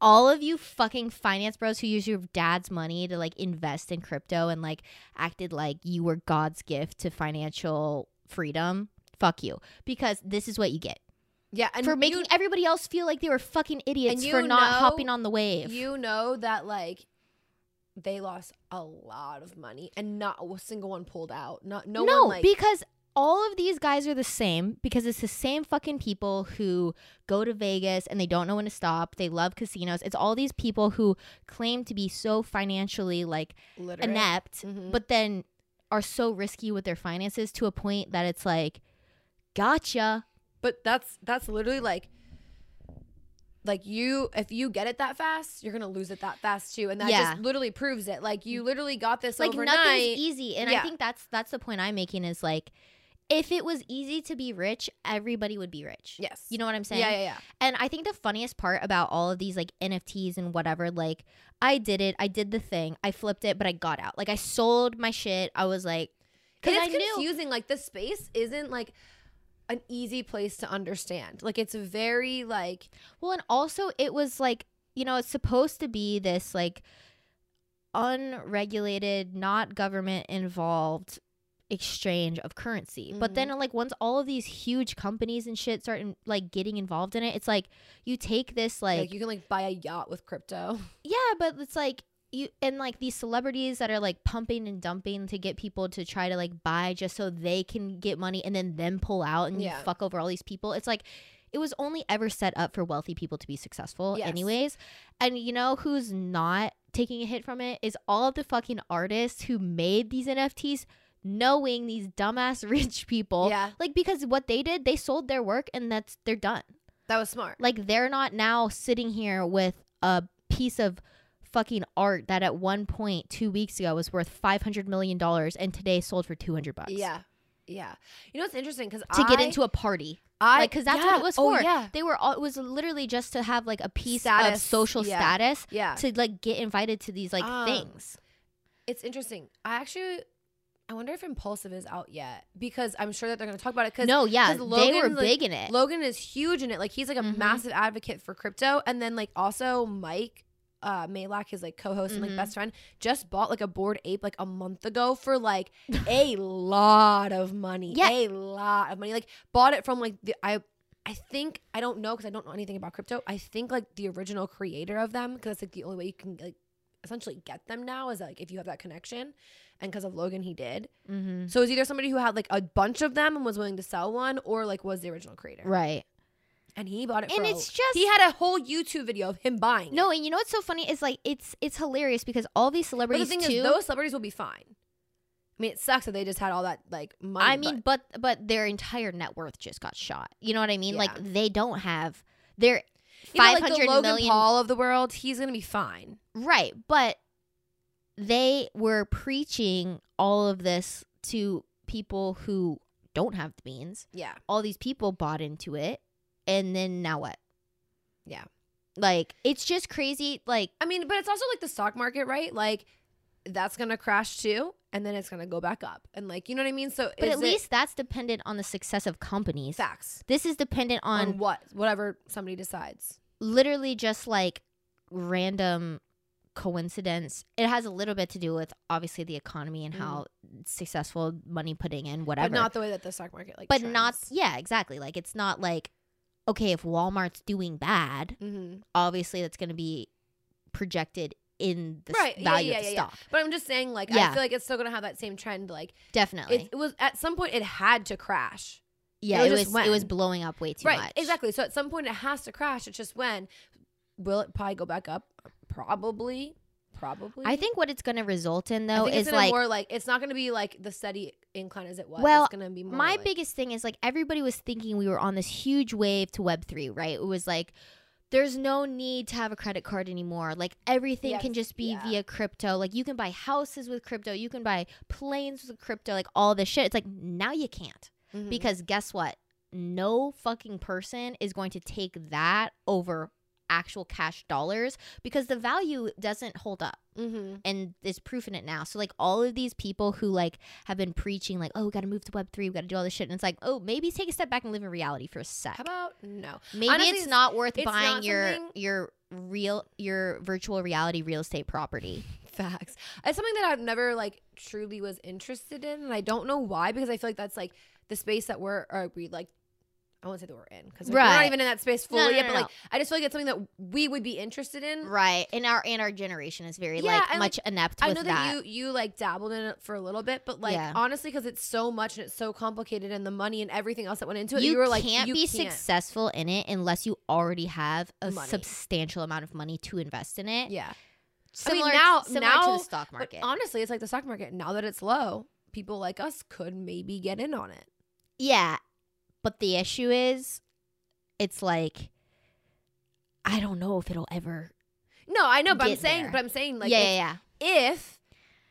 all of you fucking finance bros who use your dad's money to like invest in crypto and like acted like you were God's gift to financial freedom, fuck you because this is what you get
Yeah, and
for making
you,
everybody else feel like they were fucking idiots
you
for not
know-
hopping on the wave.
you know that like they lost a lot of money and not a single one pulled out. Not no, one like
because all of these guys are the same because it's the same fucking people who go to Vegas and they don't know when to stop. They love casinos. It's all these people who claim to be so financially like
literally.
inept,
Mhm.
but then are so risky with their finances to a point that it's like, gotcha.
But that's that's literally like like you if you get it that fast, you're gonna lose it that fast too. And that
Yeah.
just literally proves it. Like you literally got this
like nothing's
overnight.
easy. And I
Yeah.
think that's that's the point I'm making is like, if it was easy to be rich, everybody would be rich.
yes.
You know what I'm saying?
Yeah, yeah, yeah.
And I think the funniest part about all of these like NFTs and whatever, like I did it, I did the thing, I flipped it, but I got out. Like I sold my shit. I was like, because
And
I
it's
knew.
confusing. Like the space isn't like an easy place to understand. Like it's very like
Well, and also it was like you know it's supposed to be this like unregulated, not government involved exchange of currency. But then like once all of these huge companies and shit start in, like getting involved in it, it's like you take this
like, you can like buy a yacht with crypto.
Yeah, but it's like you and like these celebrities that are like pumping and dumping to get people to try to like buy just so they can get money and then them pull out and
Yeah.
you fuck over all these people. It's like it was only ever set up for wealthy people to be successful
Yes.
anyways. And you know who's not taking a hit from it is all of the fucking artists who made these NFTs knowing these dumbass rich people.
Yeah.
Like because what they did, they sold their work and that's they're done.
That was smart.
Like they're not now sitting here with a piece of fucking art that at one point two weeks ago was worth five hundred million dollars and today sold for two hundred bucks.
Yeah. Yeah. You know what's interesting? Because
To get into a party,
I
like, because that's
yeah.
what it was
Oh,
for.
yeah.
They were all. It was literally just to have like a piece of
Status,
social
yeah.
status
Yeah.
to like get invited to these like
Um,
things.
It's interesting. I actually I wonder if Impulsive is out yet because I'm sure that they're going to talk about it. Because
No, yeah,
'cause
they were
Logan's, like-
big in it.
Logan is huge in it. Like he's like a
Mhm.
massive advocate for crypto. And then like also Mike uh Malak, his like co-host and
Mhm.
like best friend, just bought like a board ape like a month ago for like a lot of money.
Yeah.
A lot of money. Like bought it from like the I I think I don't know because I don't know anything about crypto. I think like the original creator of them, because that's like the only way you can like essentially get them now is like if you have that connection. And because of Logan, he did.
mm-hmm.
So it was either somebody who had like a bunch of them and was willing to sell one, or like was the original creator
Right.
and he bought it.
And
for a-
it's just-
he had a whole YouTube video of him buying. it.
No, and you know what's so funny is like it's it's hilarious because all
but
these
the
celebrities
thing
too.
is, those celebrities will be fine. I mean, it sucks that they just had all that like money.
I mean, but but their entire net worth just got shot. You know what I mean?
Yeah.
Like they don't have their
but, you know,
five
like the
hundred million.
Logan Paul of the world, he's gonna be fine.
Right, but they were preaching all of this to people who don't have the means.
Yeah,
All these people bought into it, and then now what?
Yeah.
like it's just crazy. Like
I mean, but it's also like the stock market, right? Like that's gonna crash too, and then it's gonna go back up, and like you know what I mean. So,
But
is
at
it
least that's dependent on the success of companies.
facts
This is dependent
on,
on
what whatever somebody decides.
literally just like random coincidence. It has a little bit to do with obviously the economy and how successful money putting in whatever.
Mm. But not the way that the stock market like.
but not
trends.
yeah, exactly. Like it's not like okay, if Walmart's doing bad,
Mhm.
obviously that's going to be projected in the s-
Right, yeah,
value
yeah,
of the
yeah, yeah.
stock.
But I'm just saying, like,
Yeah.
I feel like it's still gonna have that same trend. Like,
Definitely.
it, it was at some point it had to crash.
yeah,
it
it
just
was it was
went.
blowing up way too
right,
much.
Exactly. So at some point it has to crash. It's just when will it probably go back up? Probably. Probably.
I think what it's going to result in
I
though
think it's
is
gonna
like
more like it's not gonna be like the steady incline as it was.
Well,
it's gonna be more
my
like-
biggest thing is like everybody was thinking we were on this huge wave to web3 right it was like there's no need to have a credit card anymore like everything
Yes,
can just be
yeah.
via crypto like you can buy houses with crypto you can buy planes with crypto like all this shit it's like now you can't
Mhm.
because guess what no fucking person is going to take that over actual cash dollars because the value doesn't hold up
Mhm.
and is proofing it now. So like all of these people who like have been preaching like, oh, we got to move to Web three, we got to do all this shit, and it's like, oh, maybe take a step back and live in reality for a sec.
How about no?
maybe
Honestly,
it's
it's-
not worth
it's
buying
not
your
something-
your real your virtual reality real estate property.
Facts. It's something that I've never like truly was interested in, and I don't know why because I feel like that's like the space that we're or we like. I won't say that we're in because we're
Right.
not even in that space
No,
fully
no,
yet.
no,
but
no.
like, I just feel like it's something that we would be interested in.
Right, and our and our generation is very
Yeah,
like
and,
much inept with
I know
that.
that, you you like dabbled in it for a little bit, but like
Yeah.
honestly, because it's so much and it's so complicated, and the money and everything else that went into it,
you,
you, were like,
can't
you
be
can't.
successful in it unless you already have a
Money.
substantial amount of money to invest in it.
Yeah, I mean,
Similar,
now-
similar to
now-
the stock
but
market.
honestly, it's like the stock market. Now that it's low, people like us could maybe get in on it.
Yeah. But the issue is, it's like, I don't know if it'll ever.
No, I know, but I'm
Get
saying,
there.
but I'm saying, like,
yeah,
if,
yeah, yeah.
if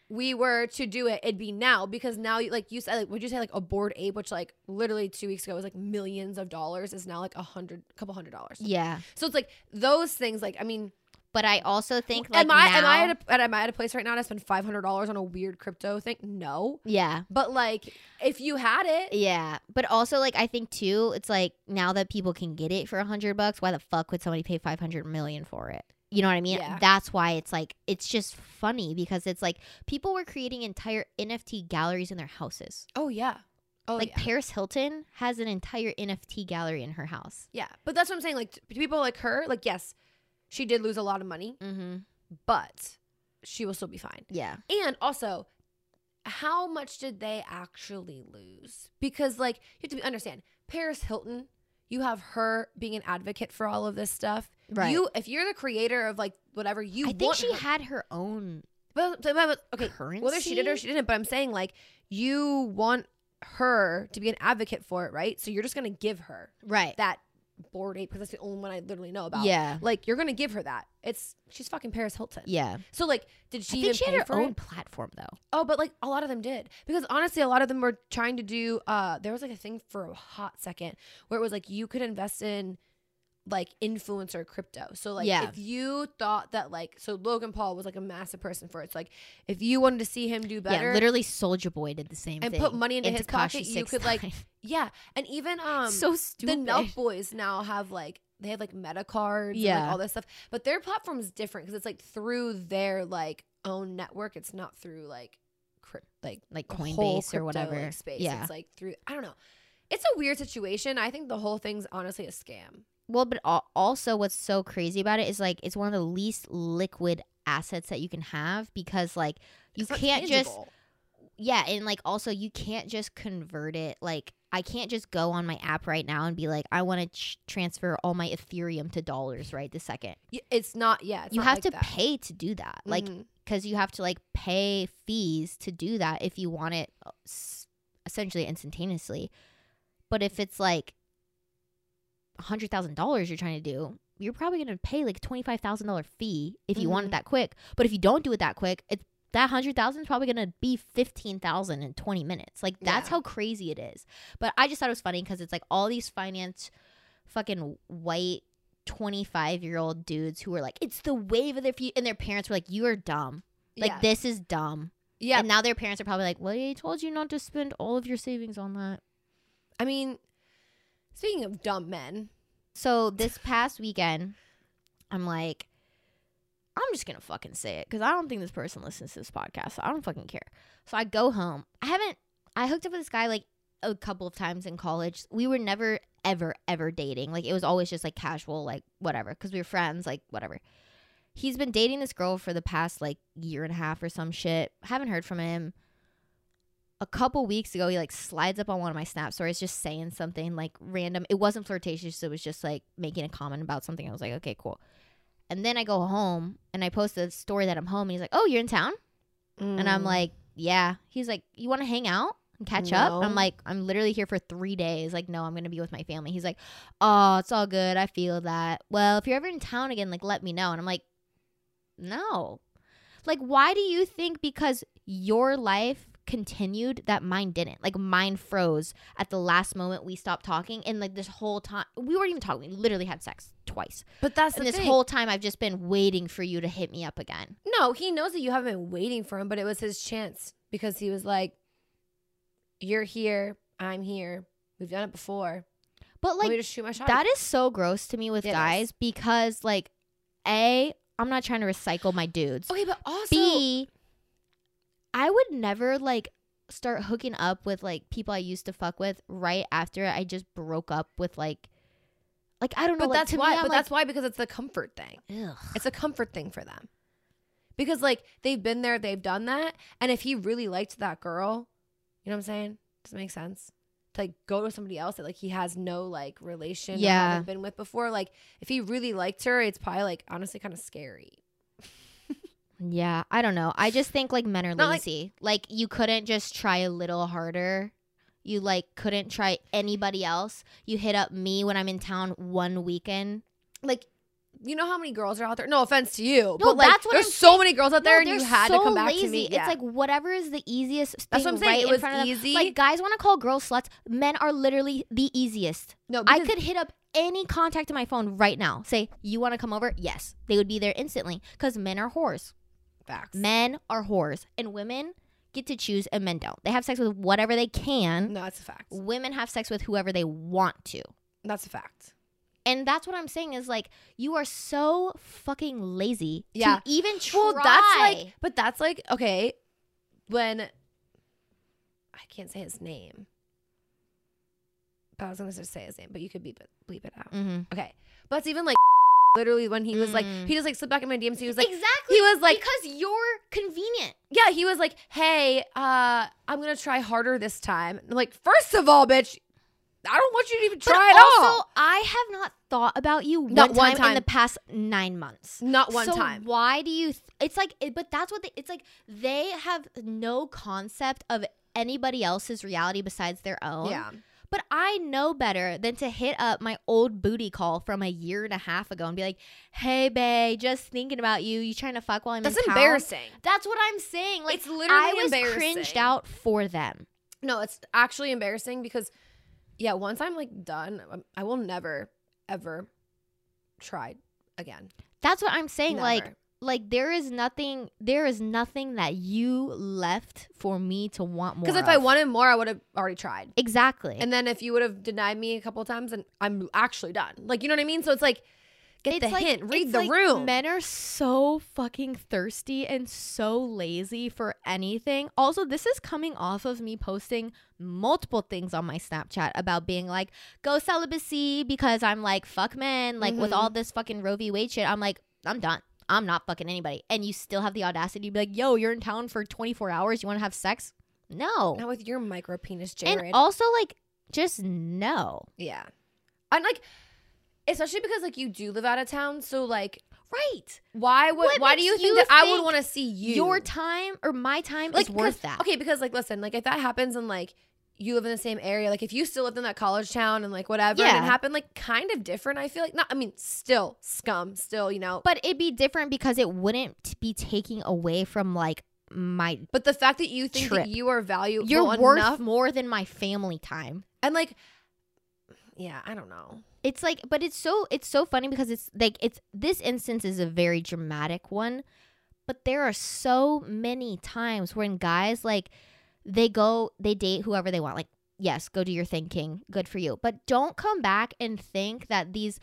we were to do it, it'd be now because now, you like you said, like, would you say like a board ape, which like literally two weeks ago was like millions of dollars, is now like a hundred, couple hundred dollars.
Yeah.
So it's like those things, like I mean.
But I also think, like,
am I
now,
am I at a am I at a place right now to spend five hundred dollars on a weird crypto thing? No,
yeah.
but like if you had it,
Yeah. But also, like, I think, too, it's like now that people can get it for a 100 bucks, why the fuck would somebody pay 500 million for it? You know what I mean?
Yeah.
That's why it's like, it's just funny because it's like people were creating entire NFT galleries in their houses.
oh yeah, oh
like,
yeah.
Paris Hilton has an entire NFT gallery in her house.
yeah. But that's what I'm saying. Like t- people like her, like yes, she did lose a lot of money,
Mm hmm.
but she will still be fine.
Yeah.
And also, how much did they actually lose? Because like you have to understand, Paris Hilton, you have her being an advocate for all of this stuff.
Right.
You, if you're the creator of like whatever you
I think
want
she
her-
had her own
But, but- but- okay,
currency.
whether she did or she didn't, but I'm saying like you want her to be an advocate for it, right? So you're just gonna give her
right.
that board ape because that's the only one I literally know about.
yeah,
like you're gonna give her that. It's she's fucking Paris Hilton.
yeah.
So like, did
I
she even
think she
pay
had her
for
own
it?
platform though.
Oh, but like a lot of them did because honestly, a lot of them were trying to do. uh There was like a thing for a hot second where it was like you could invest in like influencer crypto. So like
Yeah.
if you thought that like so Logan Paul was like a massive person for it's like if you wanted to see him do better
Yeah, literally, Soldier Boy did the same
and
thing.
put money into
And
his
Tekashi
pocket, you could like
6ix9ine.
yeah, and even um
so
the
stupid.
Nuff Boys now have like they have like meta cards and
Yeah.
like all this stuff, but their platform is different because it's like through their like own network. It's not through like crypt like
like
the whole
Coinbase or
crypto,
whatever.
like, space.
Yeah.
It's like through I don't know. It's a weird situation. I think the whole thing's honestly a scam.
Well, but al- also what's so crazy about it is like it's one of the least liquid assets that you can have because like you
It's not
can't just
tangible.
yeah, and like also you can't just convert it like I can't just go on my app right now and be like I want to ch- transfer all my ethereum to dollars right this second.
Y- It's not. Yeah, it's
you
not
have
like
to
that.
pay to do that. Like
Mhm.
cuz you have to like pay fees to do that if you want it uh, s- essentially instantaneously. But if it's like hundred thousand dollars you're trying to do, you're probably gonna pay like twenty five thousand dollar fee if you want it
Mhm.
that quick. But if you don't do it that quick, it that hundred thousand is probably gonna be fifteen thousand in twenty minutes. Like that's
Yeah.
how crazy it is. But I just thought it was funny because it's like all these finance, fucking white. 25 year old dudes who were like, it's the wave of their future. And their parents were like, you are dumb. Like,
yeah.
this is dumb.
yeah.
And now their parents are probably like, well, they told you not to spend all of your savings on that.
I mean, speaking of dumb men,
So this past weekend, I'm like, I'm just gonna fucking say it because I don't think this person listens to this podcast, so I don't fucking care. So I go home. I haven't. I hooked up with this guy like a couple of times in college. We were never, ever, ever dating. Like it was always just like casual, like whatever, because we were friends, like whatever. He's been dating this girl for the past like year and a half or some shit. Haven't heard from him. A couple weeks ago, he like slides up on one of my snap stories, just saying something like random. It wasn't flirtatious. It was just like making a comment about something. I was like, okay, cool. And then I go home and I post a story that I'm home, and he's like, oh, you're in town. And
Mm.
I'm like, yeah. He's like, you want to hang out and catch up? I'm
No.
like, I'm literally here for three days. Like, no, I'm going to be with my family. He's like, oh, it's all good. I feel that. Well, if you're ever in town again, like, let me know. And I'm like, no. Like, why do you think because your life continued that mine didn't? Like, mine froze at the last moment we stopped talking. And like, this whole time, we weren't even talking. We literally had sex twice.
but that's
and
the
this
thing.
whole time, I've just been waiting for you to hit me up again.
No, he knows that you haven't been waiting for him, but it was his chance because he was like, "You're here, I'm here. We've done it before.
But
Like, Let
like,
me just shoot my shot."
That is so gross to me with
It
guys
is.
because like A, I'm not trying to recycle my dudes.
okay, but also
B, I would never like start hooking up with like people I used to fuck with right after I just broke up with like like I don't know
but
like,
that's
to me,
why.
I'm
but
like,
that's why because it's the comfort thing.
ugh.
It's a comfort thing for them because like they've been there, they've done that, and if he really liked that girl, you know what I'm saying? Does it make sense? To like go to somebody else that like he has no like relation, or
Yeah.
haven't been with before. Like if he really liked her, it's probably like honestly kind of scary.
Yeah, I don't know. I just think like men are
Not like-
lazy. Like, you couldn't just try a little harder. You like couldn't try anybody else. You hit up me when I'm in town one weekend. Like
you know how many girls are out there? No offense to you,
No,
but like
that's what
there's
I'm
so
saying.
many girls out there,
No,
and you
they're
had to
so
come back to
lazy.
me. Yeah.
It's like whatever is the easiest thing
that's what I'm saying.
right
it
in
was
front of them.
easy.
Like guys want to call girls sluts. Men are literally the easiest.
no,
I
because-
could hit up any contact in my phone right now. Say, "You want to come over?" Yes. They would be there instantly cuz men are whores.
facts.
Men are whores and women get to choose and men don't. They have sex with whatever they can.
No, that's a fact.
Women have sex with whoever they want to.
That's a fact.
And that's what I'm saying is like you are so fucking lazy
Yeah.
to even try.
Well, that's like, but that's like okay, when I can't say his name, but I was gonna just say his name, but you could beep it, bleep it out.
mm-hmm.
Okay, but it's even like literally when he was like
Mm.
he just like slipped back in my DMs. He was like,
exactly.
he was like,
because you're convenient.
yeah, he was like, "Hey, uh, I'm gonna try harder this time." I'm like, first of all, bitch, I don't want you to even try
but
at
also,
all.
I have not thought about you one,
Not
time,
one
in
time.
the past nine months.
Not one
So
time.
Why do you? Th- it's like, it- but that's what they, it's like. They have no concept of anybody else's reality besides their own.
Yeah,
But I know better than to hit up my old booty call from a year and a half ago and be like, "Hey, babe, just thinking about you. You trying to fuck while I'm
that's
in town?"
embarrassing.
That's what I'm saying. Like,
It's literally
I was
embarrassing.
cringed out for them.
No, it's actually um, embarrassing because, yeah, once I'm like done, I'm- I will never, ever, tried again.
That's what I'm saying. Like
Never.
like there is nothing there is nothing that you left for me to want more.
because if I
of.
wanted more, I would have already tried.
Exactly.
And then if you would have denied me a couple times, and I'm actually done. Like you know what I mean? So it's like get the hint, read
it's
the
like
room.
Men are so fucking thirsty and so lazy for anything. Also, this is coming off of me posting multiple things on my Snapchat about being like, go celibacy because I'm like, fuck men. Like, with
Mhm.
all this fucking Roe v. Wade shit, I'm like, I'm done. I'm not fucking anybody. And you still have the audacity to be like, yo, you're in town for 24 hours. You want to have sex? No.
Not with your micro penis, Jared.
and also, like, just no.
yeah, and like especially because like you do live out of town, so like
Right.
why would
What
why do you
makes
think
you
that I would
think
want to see you
Your time or my time
like
is
'cause-
worth that.
Okay, because like listen, like if that happens and like you live in the same area, like if you still lived in that college town and like whatever, and
Yeah.
it happened like kind of different. I feel like not. I mean, still scum, still you know. But,
But it'd be different because it wouldn't t- be taking away from like my
but the fact that you think
Trip.
that you are valuable
you're worth
enough
more than my family time.
and like, yeah, I don't know.
It's like but it's so it's so funny because it's like it's this instance is a very dramatic one, but there are so many times when guys like they go they date whoever they want like yes, go do your thing king. Good for you. But don't come back and think that these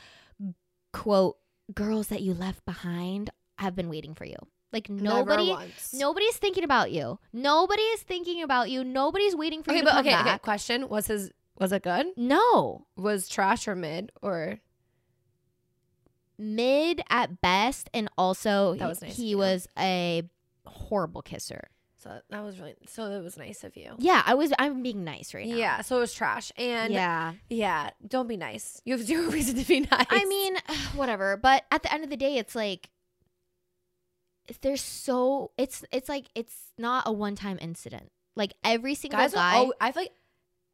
quote girls that you left behind have been waiting for you. Like nobody
Never once.
Nobody's thinking about you. Nobody is thinking about you. Nobody's waiting for
Okay,
you to
but
come
okay, okay.
back.
Question was his was it good?
No.
Was trash or mid or
Mid at best and also
That was nice,
he
yeah.
was a horrible kisser.
so that was really so that was nice of you.
Yeah, I was I'm being nice right now.
Yeah, so it was trash and yeah,
yeah.
don't be nice. You have zero reason to be nice.
I mean, whatever, but at the end of the day it's like there's so it's it's like it's not a one-time incident. Like every single
guys
guy
are always, I feel like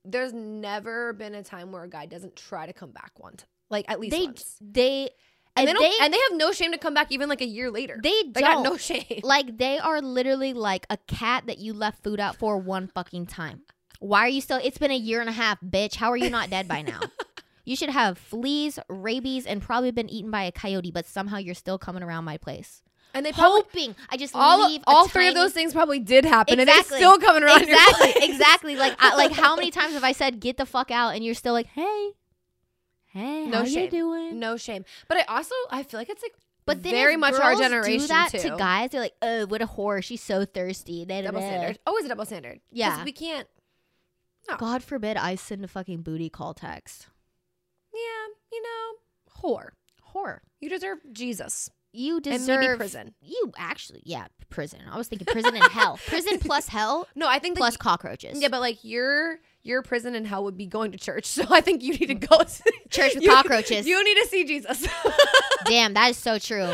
there's never been a time where a guy doesn't try to come back one t- like at least
they
once.
they
And, they,
and
don't,
they
and they have no shame to come back even like a year later.
they,
They got
don't
no shame.
Like they are literally like a cat that you left food out for one fucking time. Why are you still? It's been a year and a half, bitch. How are you not dead by now? you should have fleas, rabies, and probably been eaten by a coyote, but somehow you're still coming around my place,
and they probably
hoping I just
all,
leave a
all three of
tiny-
those things probably did happen and they
Exactly.
still coming around your
Exactly,
place.
exactly. Like, I, like how many times have I said get the fuck out, and you're still like, hey, hey,
No
how you
shame.
doing?
No shame. But I also I feel like it's like
But then
very
if
much our
girls
generation
do that
too.
to guys. They're like, oh, what a whore. She's so thirsty. Da, da,
double
da.
standard. Always a double standard. 'Cause
Yeah.
we can't.
God forbid I send a fucking booty call text.
Yeah, you know, whore.
Whore.
You deserve Jesus
You
and maybe
deserve
prison.
You actually, yeah, prison. I was thinking prison and hell. Prison plus hell
No, I think that
plus cockroaches.
Yeah, but like your your prison in hell would be going to church. So I think you need to go to
Mm. Church with
you-
cockroaches.
You need to see Jesus.
Damn, that is so true.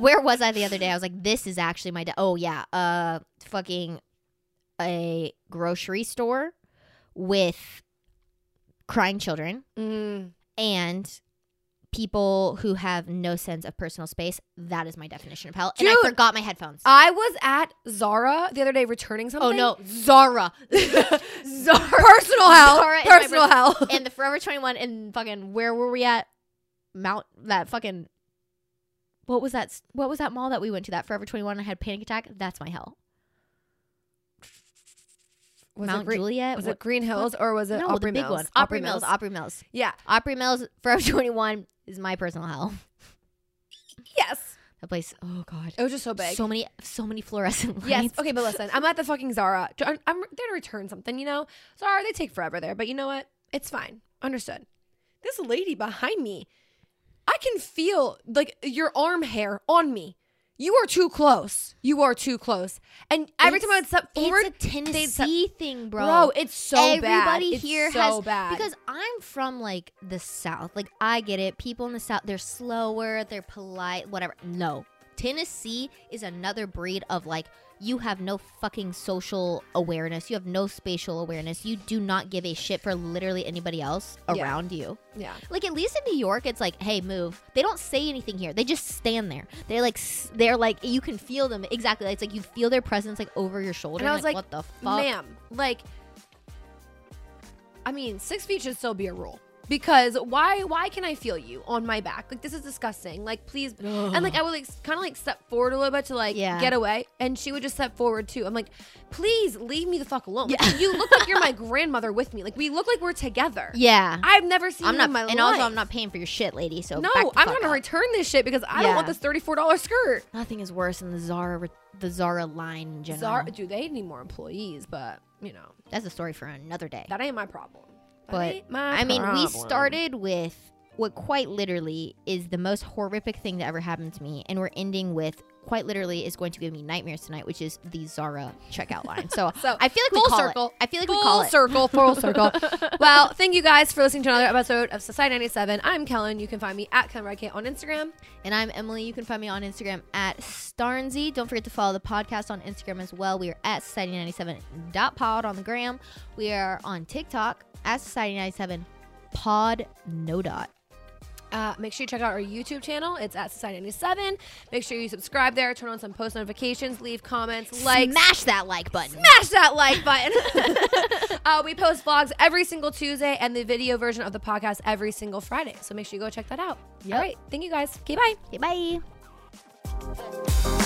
Where was I the other day? I was like, this is actually my. Da- oh yeah, uh, fucking a grocery store with crying children. Mm. and people who have no sense of personal space. That is my definition of hell. And I
Dude.
forgot my headphones.
I was at Zara the other day returning something.
oh no, Zara
Zara. Personal hell.
Zara is my
Personal
brand.
hell.
and the Forever Twenty One and fucking where were we at? Mount that fucking what was that? s- What was that mall that we went to? That Forever Twenty One. I had a panic attack. That's my hell.
Was
Mount
it Green,
Juliet.
was
what-
it Green Hills or was it
no,
Opry
the big
Mills?
one. Opry Mills. Opry Mills.
Yeah.
Opry Mills. Forever Twenty One is my personal hell.
Yes.
That place. Oh god.
It was just so big.
So many, so many fluorescent lights.
Yes. Okay, but listen, I'm at the fucking Zara. I'm, I'm there to return something, you know? Zara, they take forever there, but you know what? It's fine. Understood. This lady behind me, I can feel like your arm hair on me. You are too close. You are too close. And every time I would step forward,
It's a
they'd
Tennessee
step-
thing, bro.
bro, it's so bad.
Everybody
It's
here
so
has
bad.
because I'm from like the South. Like I get it. People in the South, they're slower, they're polite, whatever. No, Tennessee is another breed of like you have no fucking social awareness. You have no spatial awareness. You do not give a shit for literally anybody else
Yeah.
around you.
yeah,
Like at least in New York, it's like, hey, move. They don't say anything here. They just stand there. They're like, s- they're like, you can feel them exactly. It's like you feel their presence like over your shoulder.
And I was like,
what the fuck?
ma'am, like, I mean, six feet should still be a rule. because why why can I feel you on my back? Like this is disgusting. Like please and like I would like kind of like step forward a little bit to like
Yeah.
get away and she would just step forward too. I'm like, "Please leave me the fuck alone. Like, you look like you're my grandmother with me. Like we look like we're together."
Yeah.
I've never seen
I'm
you
not,
in my
and
life.
also I'm not paying for your shit, lady. So
No,
back the
I'm
fuck
gonna
up.
return this shit because I don't want
Yeah.
this thirty-four dollar skirt.
Nothing is worse than the Zara, re- the Zara line in general.
Zara, dude, they need more employees, but you know
That's a story for another day.
that ain't my problem. That
But,
ain't my
I mean, we
problem.
started with what quite literally is the most horrific thing that ever happened to me, and we're ending with quite literally is going to give me nightmares tonight, which is the Zara checkout line. So,
So,
I feel like
full
we call
circle.
It. I feel like
full
we call it.
circle, full circle. well, thank you guys for listening to another episode of Society 97. I'm Kellen. You can find me at Kellen Radke on Instagram.
And I'm Emily. You can find me on Instagram at Starnzy. Don't forget to follow the podcast on Instagram as well. We are at Society97.pod on the gram. We are on TikTok at Society97pod no dot.
Uh, make sure you check out our YouTube channel. It's at Society 97. Make sure you subscribe there, turn on some post notifications, leave comments, like,
Smash that like button.
smash that like button. uh, we post vlogs every single Tuesday and the video version of the podcast every single Friday. So make sure you go check that out.
Yep.
All right. Thank you guys. Okay, bye.
Okay, bye.